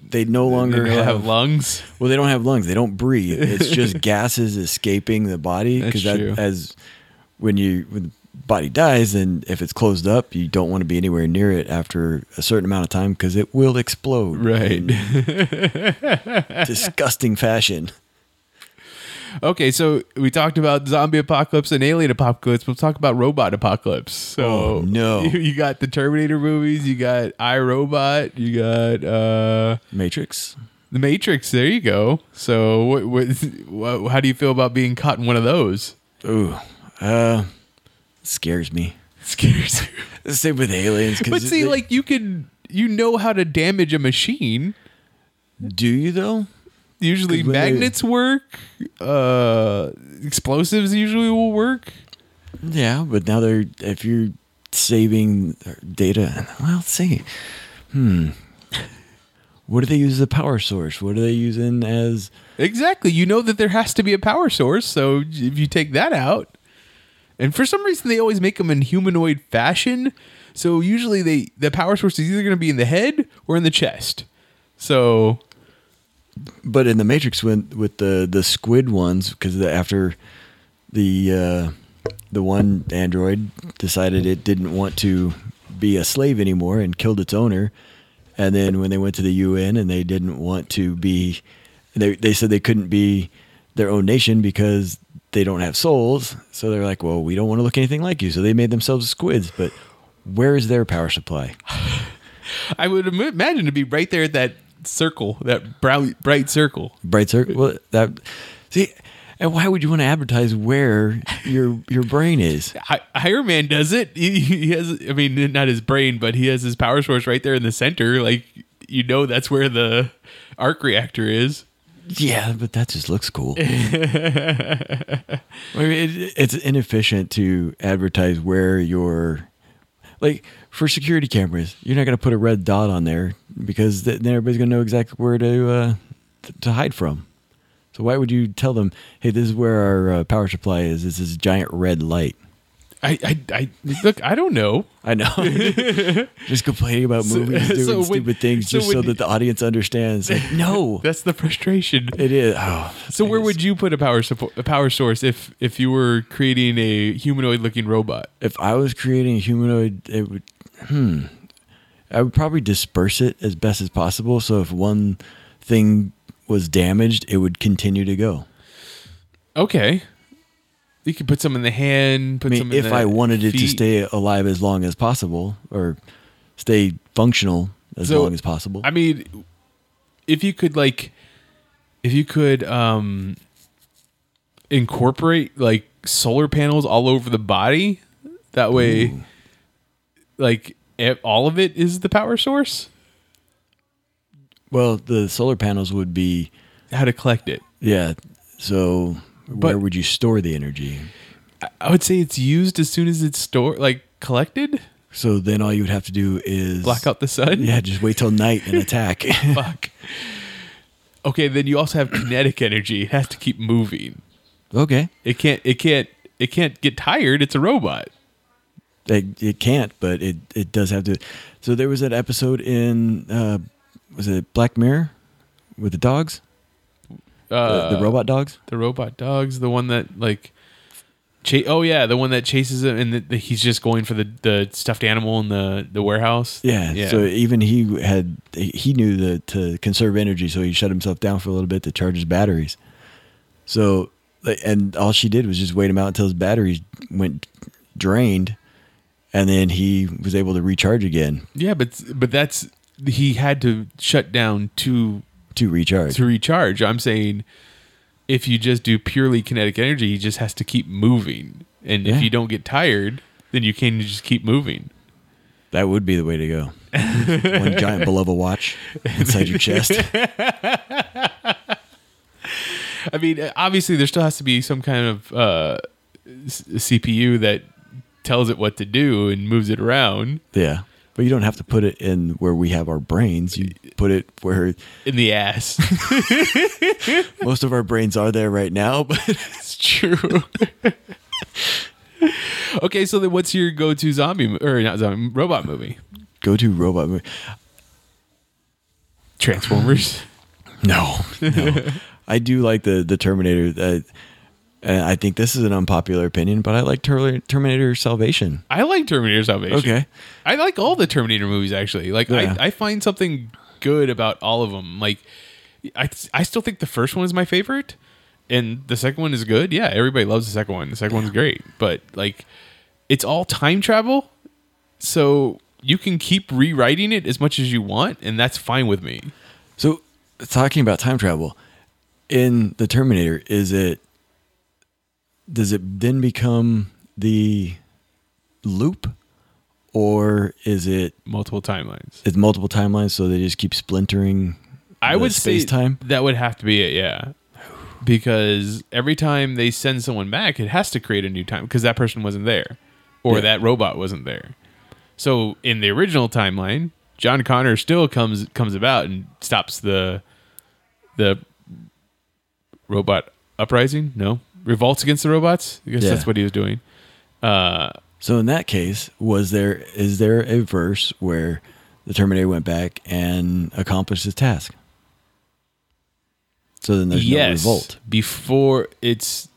they no longer
And they'll
have,
have lungs.
well, they don't have lungs. They don't breathe. It's just gases escaping the body.
That's
Because that,
true.
as when you when the body dies, and if it's closed up, you don't want to be anywhere near it after a certain amount of time because it will explode.
Right.
in disgusting fashion.
Okay, so we talked about zombie apocalypse and alien apocalypse. We'll talk about robot apocalypse. So
Oh, no.
you, you got the Terminator movies, you got I Robot, you got uh,
Matrix.
the Matrix. There you go. So what, what, what? How do you feel about being caught in one of those?
Ooh, uh, scares me.
Scares. you.
Same with aliens. 'cause
but see,
they-
like you can, you know how to damage a machine.
do you though?
Usually
'Cause when they-
magnets work. Uh, explosives usually will work.
Yeah, but now they're if you're saving data, well, let's see. Hmm. What do they use as a power source? What are they using as?
Exactly. You know that there has to be a power source, so if you take that out, and for some reason they always make them in humanoid fashion, so usually they the power source is either going to be in the head or in the chest. So
But in the Matrix, when with the the squid ones, because after the uh, the one android decided it didn't want to be a slave anymore and killed its owner, and then when they went to the UN and they didn't want to be, they they said they couldn't be their own nation because they don't have souls. So they're like, well, we don't want to look anything like you. So they made themselves squids. But where is their power supply?
I would im- imagine to be right there at that circle, that bright, bright circle.
Bright circle. Well, that see. And why would you want to advertise where your your brain is?
I, Iron Man does it. He, he has, I mean, not his brain, but he has his power source right there in the center. Like you know, that's where the arc reactor is.
Yeah, but that just looks cool. I mean, it, it's inefficient to advertise where your like for security cameras. You're not going to put a red dot on there because th- then everybody's going to know exactly where to uh, th- to hide from. So why would you tell them, "Hey, this is where our uh, power supply is. It's this giant red light."
I, I, I look. I don't know.
I know. just complaining about
So-
movies doing
so when-
stupid things
so
just so
when-
that the audience understands. Like, no,
That's the frustration.
it is. Oh,
So where would you put a power support, a power source if if you were creating a humanoid looking robot?
if I was creating a humanoid, it would. Hmm. I would probably disperse it as best as possible. So if one thing was damaged, it would continue to go.
Okay, you could put some in the hand. Put
I
some
mean,
in
if
the
I wanted it to
feet.
stay alive as long as possible or stay functional as
So,
long as possible,
I mean, if you could like, if you could um incorporate like solar panels all over the body, that way, like e- all of it is the power source?
Well, the solar panels would be
How to collect it?
yeah. So where
But-
would you store the energy?
I would say it's used as soon as it's stored, like collected.
So then all you would have to do is
Black out the sun.
Yeah, just wait till night and attack.
Fuck. Okay, then you also have kinetic energy. It has to keep moving.
okay,
It can't. It can't. It can't get tired. It's a robot.
it, it can't, but it it does have to. So there was that episode in uh, was it Black Mirror with the dogs,
Uh,
the, the robot dogs.
The robot dogs. The one that like. Cha- oh yeah, the one that chases him, and the, the- he's just going for the, the stuffed animal in the, the warehouse.
Yeah, So even he had he knew that to conserve energy, so he shut himself down for a little bit to charge his batteries. So like, and all she did was just wait him out until his batteries went drained, and then he was able to recharge again
yeah, but but that's he had to shut down to
to recharge.
to recharge. I'm saying if you just do purely kinetic energy, he just has to keep moving. And
Yeah.
if you don't get tired, then you can just keep moving.
That would be the way to go. One giant Bulova watch inside your chest.
I mean, uh, obviously, there still has to be some kind of uh, s- CPU that tells it what to do and moves it around
Yeah. But you don't have to put it in where we have our brains. You put it where
in the ass.
most of our brains are there right now, but
It's true. okay, so then what's your go to zombie mo- or not zombie robot movie?
go to robot movie.
Transformers.
No, no. I do like the the Terminator. That, and I think this is an unpopular opinion, but I like Ter- Terminator Salvation.
I like Terminator Salvation.
Okay.
I like all the Terminator movies actually. Like
Yeah.
I, I find something good about all of them. Like I I still think the first one is my favorite and the second one is good. Yeah, everybody loves the second one. The second one's great, but like it's all time travel. So you can keep rewriting it as much as you want and that's fine with me.
So, talking about time travel in the Terminator, is it does it then become the loop, or is it
Multiple timelines.
it's multiple timelines? So they just keep splintering.
I
the
would say
space-time?
that would have to be it, yeah. Because every time they send someone back, it has to create a new time because that person wasn't there or
Yeah.
that robot wasn't there. So in the original timeline, John Connor still comes comes about and stops the the robot uprising. No, revolts against the robots. I guess
Yeah.
that's what he was doing.
So in that case, was there is there a verse where the Terminator went back and accomplished his task? So then there's no revolt.
Before it's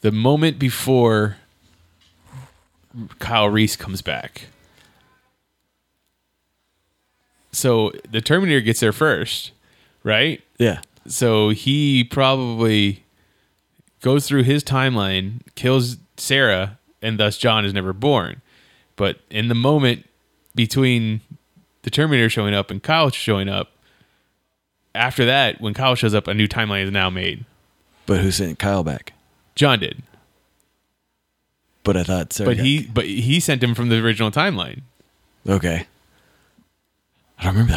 the moment before Kyle Reese comes back. So the Terminator gets there first, right?
Yeah.
So he probably goes through his timeline, kills Sarah, and thus John is never born. But in the moment between the Terminator showing up and Kyle showing up, after that, when Kyle shows up, a new timeline is now made.
But who sent Kyle back?
John did,
But I thought Sarah.
but
got-
he but he sent him from the original timeline.
okay. I don't remember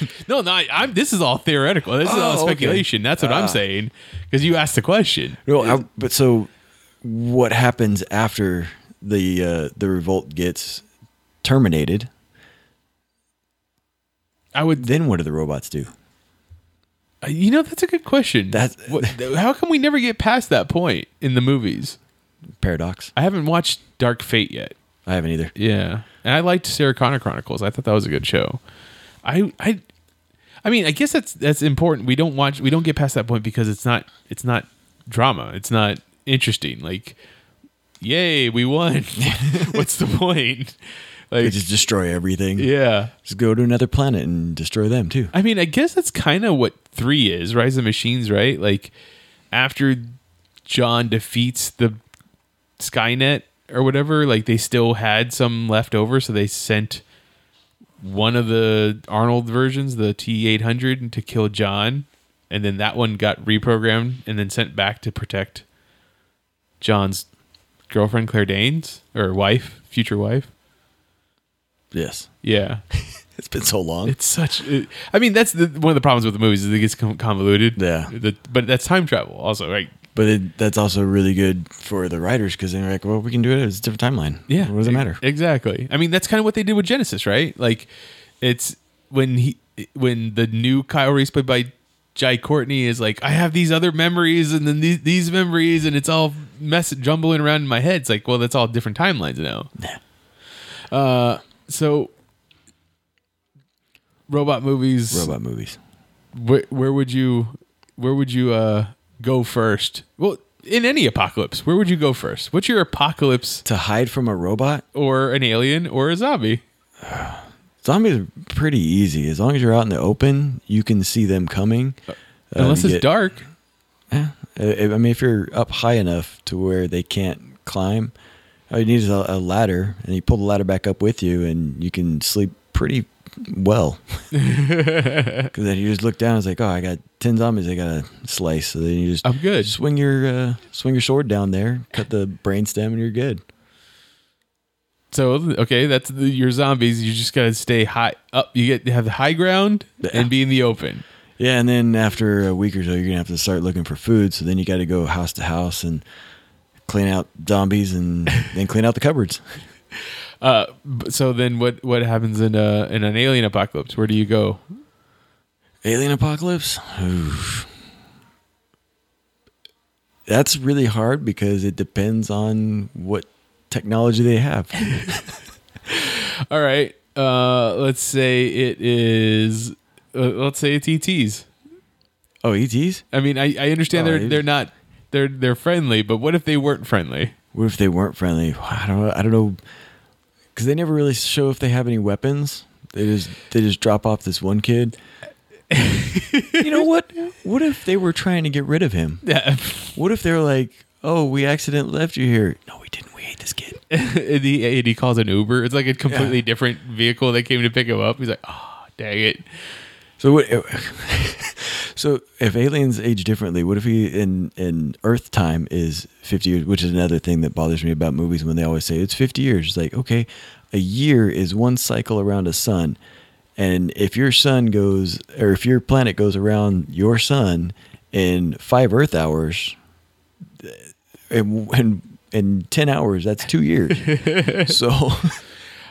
one.
No, no, I, I'm. This is all theoretical. This is all
Oh, okay.
speculation. That's what I'm saying because you asked the question.
no, I, but so what happens after the uh, the revolt gets terminated?
I would
Then what do the robots do?
Uh, You know, that's a good question.
That's-
What- how come we never get past that point in the movies?
Paradox.
I haven't watched Dark Fate yet.
I haven't either.
Yeah, and I liked Sarah Connor Chronicles. I thought that was a good show. I I I mean, I guess that's that's important. We don't watch. We don't get past that point because it's not it's not drama. It's not interesting. Like, yay, we won. What's the point?
They
Like,
just destroy everything.
yeah.
Just go to another planet and destroy them too.
I mean, I guess that's kind of what three is, Rise of Machines, right? Like after John defeats the Skynet or whatever, like they still had some left over, so they sent one of the Arnold versions, the T eight hundred, to kill John, and then that one got reprogrammed and then sent back to protect John's girlfriend Claire Danes or wife, future wife.
Yes.
Yeah,
It's been so long.
it's such. It, I mean, that's the, one of the problems with the movies is it gets com- convoluted.
Yeah.
The- but that's time travel also, right?
but it, that's also really good for the writers because they're like, well, we can do it. It's a different timeline.
Yeah.
What does it
e-
matter?
Exactly. I mean, that's kind of what they did with Genesis, right? Like, it's when he when the new Kyle Reese played by Jai Courtney is like, I have these other memories and then these, these memories, and it's all mess jumbling around in my head. It's like, well, that's all different timelines now.
Yeah.
So, robot movies.
Robot movies.
Where, where would you where would you uh go first? Well, in any apocalypse, where would you go first? What's your apocalypse
To hide from a robot,
or an alien or a zombie?
zombies are pretty easy. As long as you're out in the open, you can see them coming.
Uh, Unless
Uh, you
it's
get-
dark.
I I mean, if you're up high enough to where they can't climb, all you need is a, a ladder, and you pull the ladder back up with you, and you can sleep pretty well. Because then you just look down, it's like, oh, I got ten zombies, I got to slice. So then you just
I'm good.
Swing your uh, swing your sword down there, cut the brainstem, and you're good.
So okay, that's the, your zombies. You just gotta stay high up. You get have the high ground and be in the open.
Yeah, and then after a week or so, you're gonna have to start looking for food. So then you got to go house to house and clean out zombies, and then clean out the cupboards.
B- So then, what what happens in a in an alien apocalypse? Where do you go?
Alien Apocalypse? Oof. That's really hard because it depends on what technology they have.
All right. Uh, let's say it is. Uh, let's say it's ETs.
oh, ETs?
I mean, I, I understand
Oh,
they're
it-
they're not they're they're friendly, but what if they weren't friendly?
What if they weren't friendly? I don't know. I don't know. Because they never really show if they have any weapons. They just they just drop off this one kid. you know what? What if they were trying to get rid of him?
Yeah,
What if they're like, "Oh, we accidentally left you here." No, we didn't. We hate this kid.
and he, and he calls an Uber. It's like a completely different vehicle that came to pick him up. He's like, oh, dang it.
So what? so if aliens age differently, what if he in in Earth time is fifty years? Which is another thing that bothers me about movies when they always say it's fifty years. It's like okay, a year is one cycle around a sun, and if your sun goes or if your planet goes around your sun in five Earth hours, and and in ten hours that's two years. so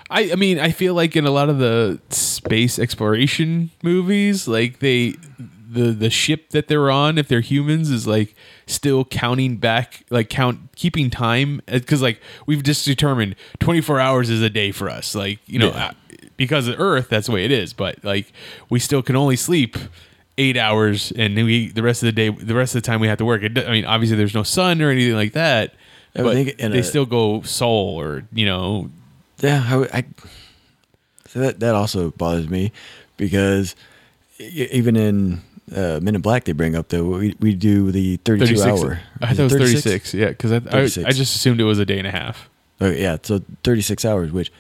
I, I mean, I feel like in a lot of the space exploration movies, like they the the ship that they're on, if they're humans, is like still counting back, like count keeping time, because like we've just determined twenty four hours is a day for us, like you know,
Yeah.
uh, because of Earth, that's the way it is. But like we still can only sleep eight hours, and then we the rest of the day, the rest of the time we have to work. It, do- I mean, obviously there's no sun or anything like that.
I would
But
think in
they
a-
still go soul or you know
Yeah, I, would- I so that that also bothers me because e- even in uh, Men in Black, they bring up though we we do the thirty-two
36.
hour.
I
Is
thought it was 36.
36?
Yeah, because I, I,
36.
I just assumed it was a day and a half.
Oh, yeah, so thirty-six hours. Which,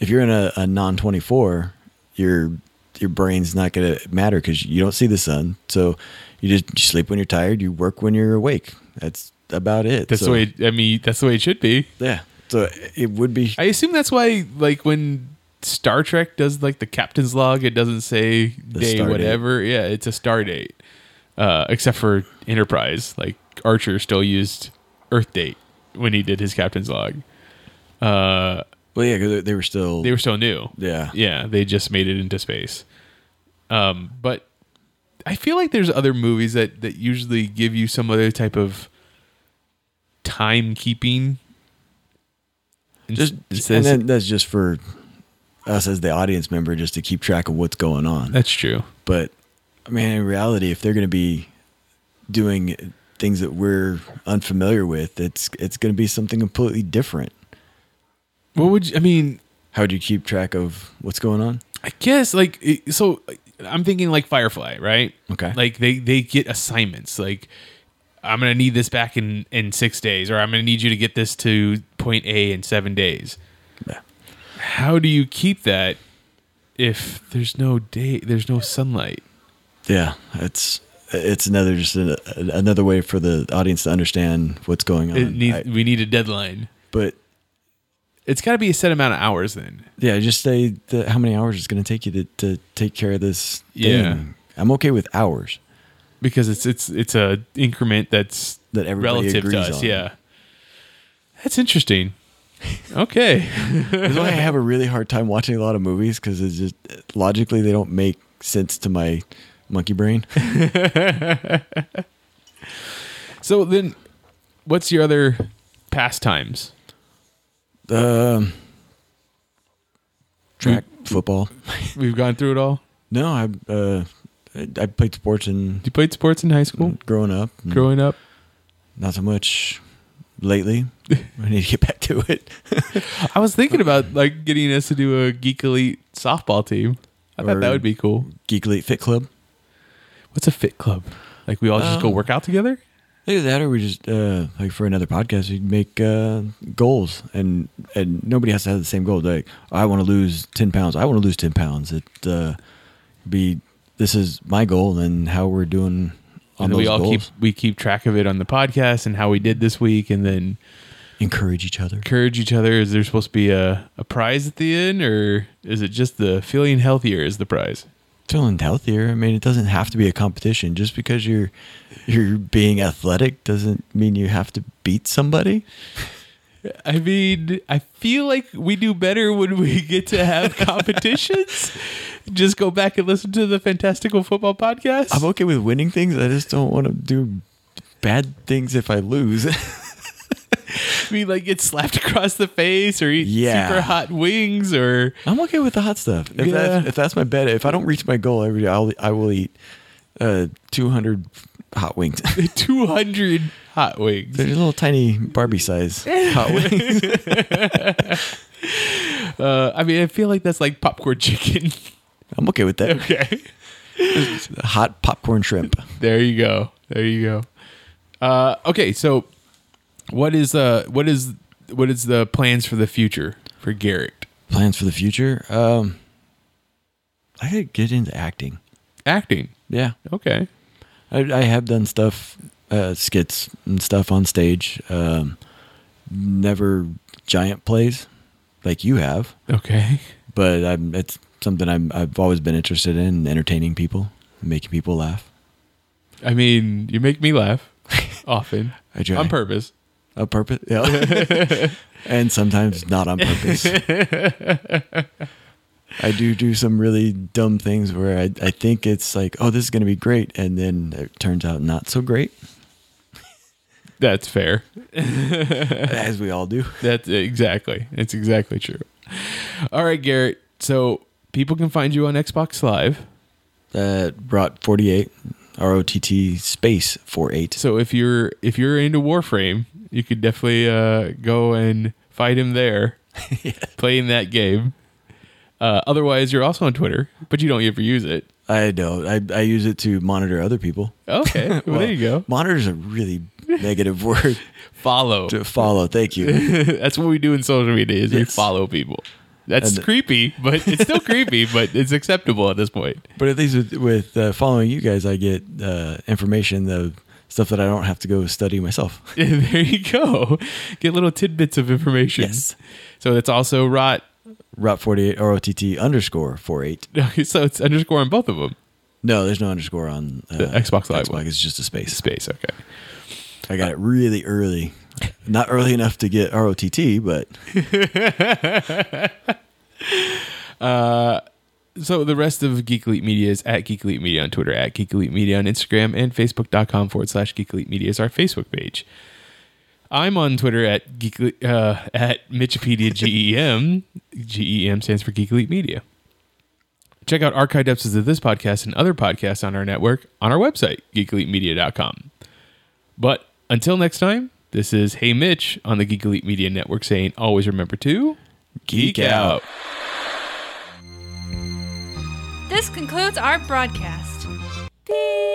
if you're in a, a non-twenty-four, your your brain's not gonna matter because you don't see the sun. So you just you sleep when you're tired. You work when you're awake. That's about it.
That's the
So,
way. I mean, that's the way it should be.
Yeah. So it would be.
I assume that's why, like when Star Trek does like the captain's log, it doesn't say day
star date.
whatever. Yeah, it's a star date. Uh, except for Enterprise, like Archer still used Earth date when he did his captain's log. Uh,
well, yeah, 'cause they- they were still.
they were still new.
Yeah.
Yeah, they just made it into space. Um, but I feel like there's other movies that that usually give you some other type of timekeeping. Ins-
just
instead
and
of-
then that's just for us as the audience member just to keep track of what's going on
that's true.
but i mean in reality if they're going to be doing things that we're unfamiliar with it's it's going to be something completely different
What would you, I mean?
how do you keep track of what's going on
I guess like it- so. like, I'm thinking like Firefly, right?
Okay.
Like they they get assignments. Like I'm gonna need this back in in six days, or I'm gonna need you to get this to point A in seven days.
Yeah.
How do you keep that if there's no day, there's no sunlight?
yeah it's it's another just an, another way Um, for the audience to understand what's going on
It needs,
I-
we need a deadline.
but
It's got to be a set amount of hours then.
Yeah, just say the, how many hours it's going to take you to, to take care of this.
Yeah.
thing. I'm okay with hours
because it's it's it's a increment that's
that everybody
relative
agrees
to us.
on.
Yeah, that's interesting. Okay,
That's why I have a really hard time watching a lot of movies because it's just logically they don't make sense to my monkey brain.
so then, what's your other pastimes?
um, track football.
We've gone through it all.
No, I uh, I I played sports and
You played sports in high school,
growing up. and
growing up.
Not so much lately. I need to get back to it.
I was thinking about like getting us to do a geek elite softball team. I thought
Or-
that would be cool.
Geek Elite Fit Club.
What's a fit club? Like we all just go
Um,
work out together?
Either that, or we just uh, like for another podcast, we'd make uh, goals, and and nobody has to have the same goal. Like I want to lose ten pounds. I want to lose ten pounds. It uh, be this is my goal, and how we're doing on
And
those
we all
goals.
keep we keep track of it on the podcast and how we did this week, and then
Encourage each other.
encourage each other? Is there supposed to be a, a prize at the end, or is it just the feeling healthier is the prize?
Feeling healthier. I mean, it doesn't have to be a competition. Just because you're you're being athletic doesn't mean you have to beat somebody.
I mean, I feel like we do better when we get to have competitions. just go back and listen to the Fantastical Football Podcast.
I'm okay with winning things. I just don't want to do bad things if I lose.
I mean, like get slapped across the face, or eat
Yeah.
super hot wings, or
I'm okay with the hot stuff. If, that's,
Yeah.
if that's my bet, if I don't reach my goal every day, I'll, I will eat uh, 200 hot wings.
two hundred hot wings.
They're just little tiny Barbie size hot wings.
Uh, I mean, I feel like that's like popcorn chicken.
I'm okay with that.
okay.
Hot popcorn shrimp.
There you go. There you go. Uh, okay, so what is uh what is what is the plans for the future for Garrett?
Plans for the future? Um, I could get into acting.
Acting.
Yeah.
Okay.
I, I have done stuff, uh, skits and stuff on stage. Um, never giant plays like you have.
Okay.
but I'm, it's something I'm, I've always been interested in entertaining people, making people laugh.
I mean, you make me laugh often
I try
on purpose.
on purpose, yeah, and sometimes not on purpose. I do do some really dumb things where I, I think it's like, oh, this is gonna be great, and then it turns out not so great,
That's fair.
as we all do.
That's exactly. It's exactly true. All right, Garrett. So people can find you on Xbox Live.
That brought forty eight. R O T T space four eight.
So if you're if you're into Warframe, you could definitely uh, go and fight him there, playing that game. Uh, otherwise, you're also on Twitter, but you don't ever use it.
I don't. I, I use it to monitor other people.
Okay, well, there you go.
Monitor is a really negative word.
Follow.
to follow. Thank you.
That's what we do in social media is we
Yes.
follow people. That's
And-
creepy, but it's still creepy, but it's acceptable at this point.
but at least with, with uh, following you guys, I get uh, information, the stuff that I don't have to go study myself.
there you go. Get little tidbits of information.
Yes.
So that's also rot.
Route 48 R O T T underscore 48.
So it's underscore on both of them.
No, there's no underscore on uh,
The Xbox Live one.
It's just a space.
Space. Okay.
I got it really early. Not early enough to get R O T T, but
So the rest of Geek Elite Media is at Geek Elite Media on Twitter, at Geek Elite Media on Instagram, and Facebook.com forward slash Geek Elite Media is our Facebook page. I'm on Twitter at Geek Elite- uh, at E Mitchipedia GEM. GEM E stands for Geek Elite Media. Check out archived episodes of this podcast and other podcasts on our network on our website, geekelitemedia.com. But until next time, this is Hey Mitch on the Geek Elite Media Network saying always remember to
Geek out.
This concludes our broadcast. Beep.